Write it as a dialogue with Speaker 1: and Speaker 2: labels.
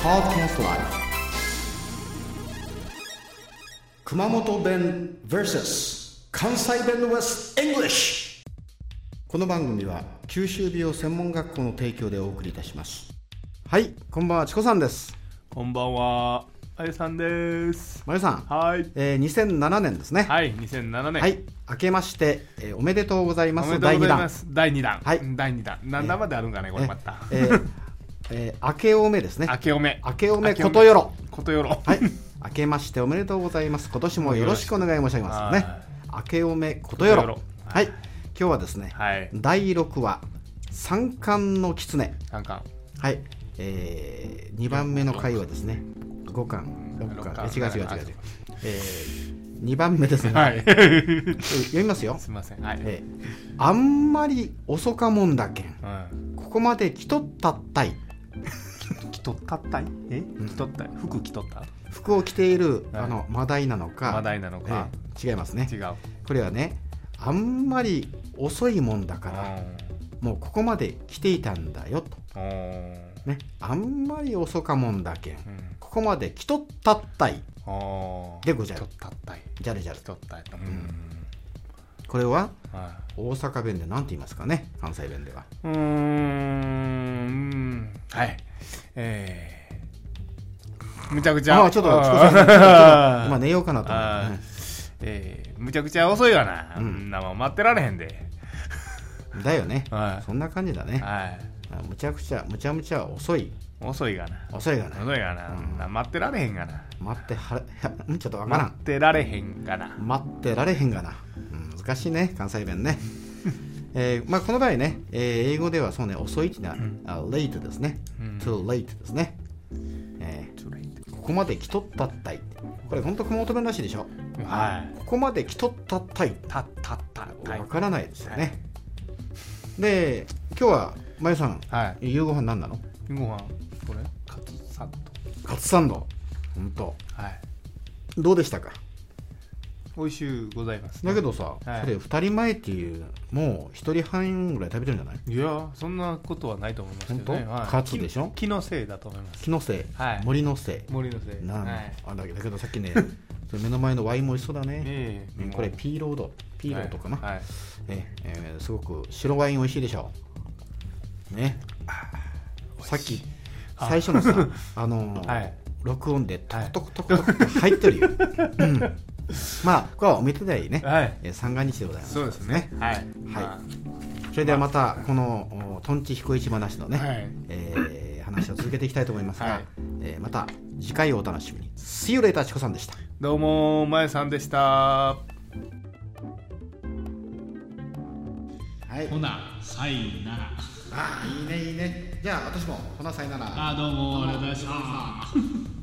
Speaker 1: Podcast Live 熊本弁 vs 関西弁 vs English この番組は九州美容専門学校の提供でお送りいたしますはいこんばんはチコさんです
Speaker 2: こんばんは、あゆさんです。
Speaker 1: まゆさん、
Speaker 2: はい。
Speaker 1: えー、2007年ですね
Speaker 2: はい、2007年。
Speaker 1: はい、明けまして、えーおめでとうございま
Speaker 2: お
Speaker 1: す
Speaker 2: めでとうござい
Speaker 1: 第
Speaker 2: ま
Speaker 1: 2
Speaker 2: す。第2弾。
Speaker 1: はい
Speaker 2: うん第2弾。何段まであるんかね、これまた
Speaker 1: 弾。えーえー明けおめですね
Speaker 2: 明けおめ。
Speaker 1: 明けおめことよろ
Speaker 2: ことよろ。
Speaker 1: はい、 明けましておめでとうございます。今年もよろしくお願い申し上げますね
Speaker 2: は。
Speaker 1: 明けおめことよ
Speaker 2: ことよ
Speaker 1: ろ
Speaker 2: ろ。
Speaker 1: はい、今日はですね、
Speaker 2: はい
Speaker 1: 第6話三冠の狐。
Speaker 2: なんか、
Speaker 1: はい、えー、2番目の回はですね、5巻、6
Speaker 2: 六
Speaker 1: 巻、
Speaker 2: 巻
Speaker 1: え違う違う違う
Speaker 2: あ
Speaker 1: 違う。えー、2番目ですね。
Speaker 2: はい。
Speaker 1: え読みますよ。
Speaker 2: すみません。はい。
Speaker 1: えーあんまり遅かもんだけん。
Speaker 2: うん。
Speaker 1: ここまで来とったったい。
Speaker 2: 着とったったいえ着とったい服着とった
Speaker 1: 服を着ている、
Speaker 2: はい
Speaker 1: あの、マダイなのか。
Speaker 2: マダイなのか
Speaker 1: えー違いますね。
Speaker 2: 違う。
Speaker 1: これはねあんまり遅いもんだから、もうここまで来ていたんだよと
Speaker 2: うんうん
Speaker 1: ねあんまり遅かもんだけん
Speaker 2: うん
Speaker 1: ここまで来とったったい
Speaker 2: あー
Speaker 1: でござる
Speaker 2: 着とったったい。
Speaker 1: じゃれじゃれ
Speaker 2: 着とったい。うん。
Speaker 1: これは
Speaker 2: はい
Speaker 1: 大阪弁で何て言いますかね関西弁では
Speaker 2: うーん、はい。えー、むちゃくちゃ。
Speaker 1: あちょっと
Speaker 2: ー
Speaker 1: チコさんちょっと
Speaker 2: あー
Speaker 1: 今寝ようかなと思
Speaker 2: あ
Speaker 1: っ
Speaker 2: ーえーむちゃくちゃ遅いわな。
Speaker 1: うん
Speaker 2: んなもん待ってられへんで。
Speaker 1: てねだよね
Speaker 2: は
Speaker 1: そんな感じだ
Speaker 2: い。
Speaker 1: ね
Speaker 2: はい。
Speaker 1: あむちゃくちゃむちゃむちゃ遅い
Speaker 2: 遅いがな。
Speaker 1: 遅いがな
Speaker 2: 遅いがな。
Speaker 1: うん
Speaker 2: な待ってられへんがな。
Speaker 1: 待ってはれうんちょっとわか
Speaker 2: 待
Speaker 1: ら
Speaker 2: ってられへんがな。
Speaker 1: ん待ってられへんがなうん難しいね関西 弁ねえーまあ、この場合ね、えー英語ではそうね遅いっていうのは、
Speaker 2: ん
Speaker 1: あ late ですね
Speaker 2: うん
Speaker 1: too late ですね、え
Speaker 2: トゥレイン
Speaker 1: ーここまで来とったったいこれ本当熊本弁らしいでしょ
Speaker 2: はい。
Speaker 1: ここまで来とったったい
Speaker 2: たったったったい
Speaker 1: わからないですよね、で今日はまゆさん
Speaker 2: はい。
Speaker 1: 夕ご飯何なの
Speaker 2: ご飯、これカツサンド。
Speaker 1: カツサンド本当
Speaker 2: はい。
Speaker 1: どうでしたか
Speaker 2: 美味しゅうございますね、
Speaker 1: だけどさ、
Speaker 2: はい
Speaker 1: それ2人前っていうもう1人半ぐらい食べてるんじゃない
Speaker 2: いやそんなことはないと思いますけどね、
Speaker 1: 本当
Speaker 2: はい、
Speaker 1: カツでしょ
Speaker 2: 気気のせいだと思います
Speaker 1: 気のせい、
Speaker 2: はい
Speaker 1: 森のせ
Speaker 2: 森のせ
Speaker 1: い
Speaker 2: い
Speaker 1: なあ、
Speaker 2: はい
Speaker 1: あだけどだけどさっきねそれ目の前のワインも美味しそうだね、
Speaker 2: ええ
Speaker 1: うんこれピーロードピーロードかな、
Speaker 2: はいはい
Speaker 1: ええーすごく白ワイン美味しいでしょねさっき
Speaker 2: あ
Speaker 1: 最初のさあのー
Speaker 2: はい
Speaker 1: 録音でト
Speaker 2: はい
Speaker 1: コトコトコトコって入ってるよ、うんまあこれはおめでたいね、
Speaker 2: はい
Speaker 1: えー三が日でございます
Speaker 2: そうですねはい
Speaker 1: はい
Speaker 2: ま
Speaker 1: それではまたこのおとんち彦市話のね、
Speaker 2: はい
Speaker 1: えー話を続けていきたいと思いますが、
Speaker 2: はい
Speaker 1: えーまた次回をお楽しみに See you later チコさんでした
Speaker 2: あどうもまえさんでした
Speaker 1: はい
Speaker 3: ほな、さよなら。
Speaker 1: ああいいねいいねじゃあ私もほなさいなら
Speaker 3: あ、どうも、ありがとうございました。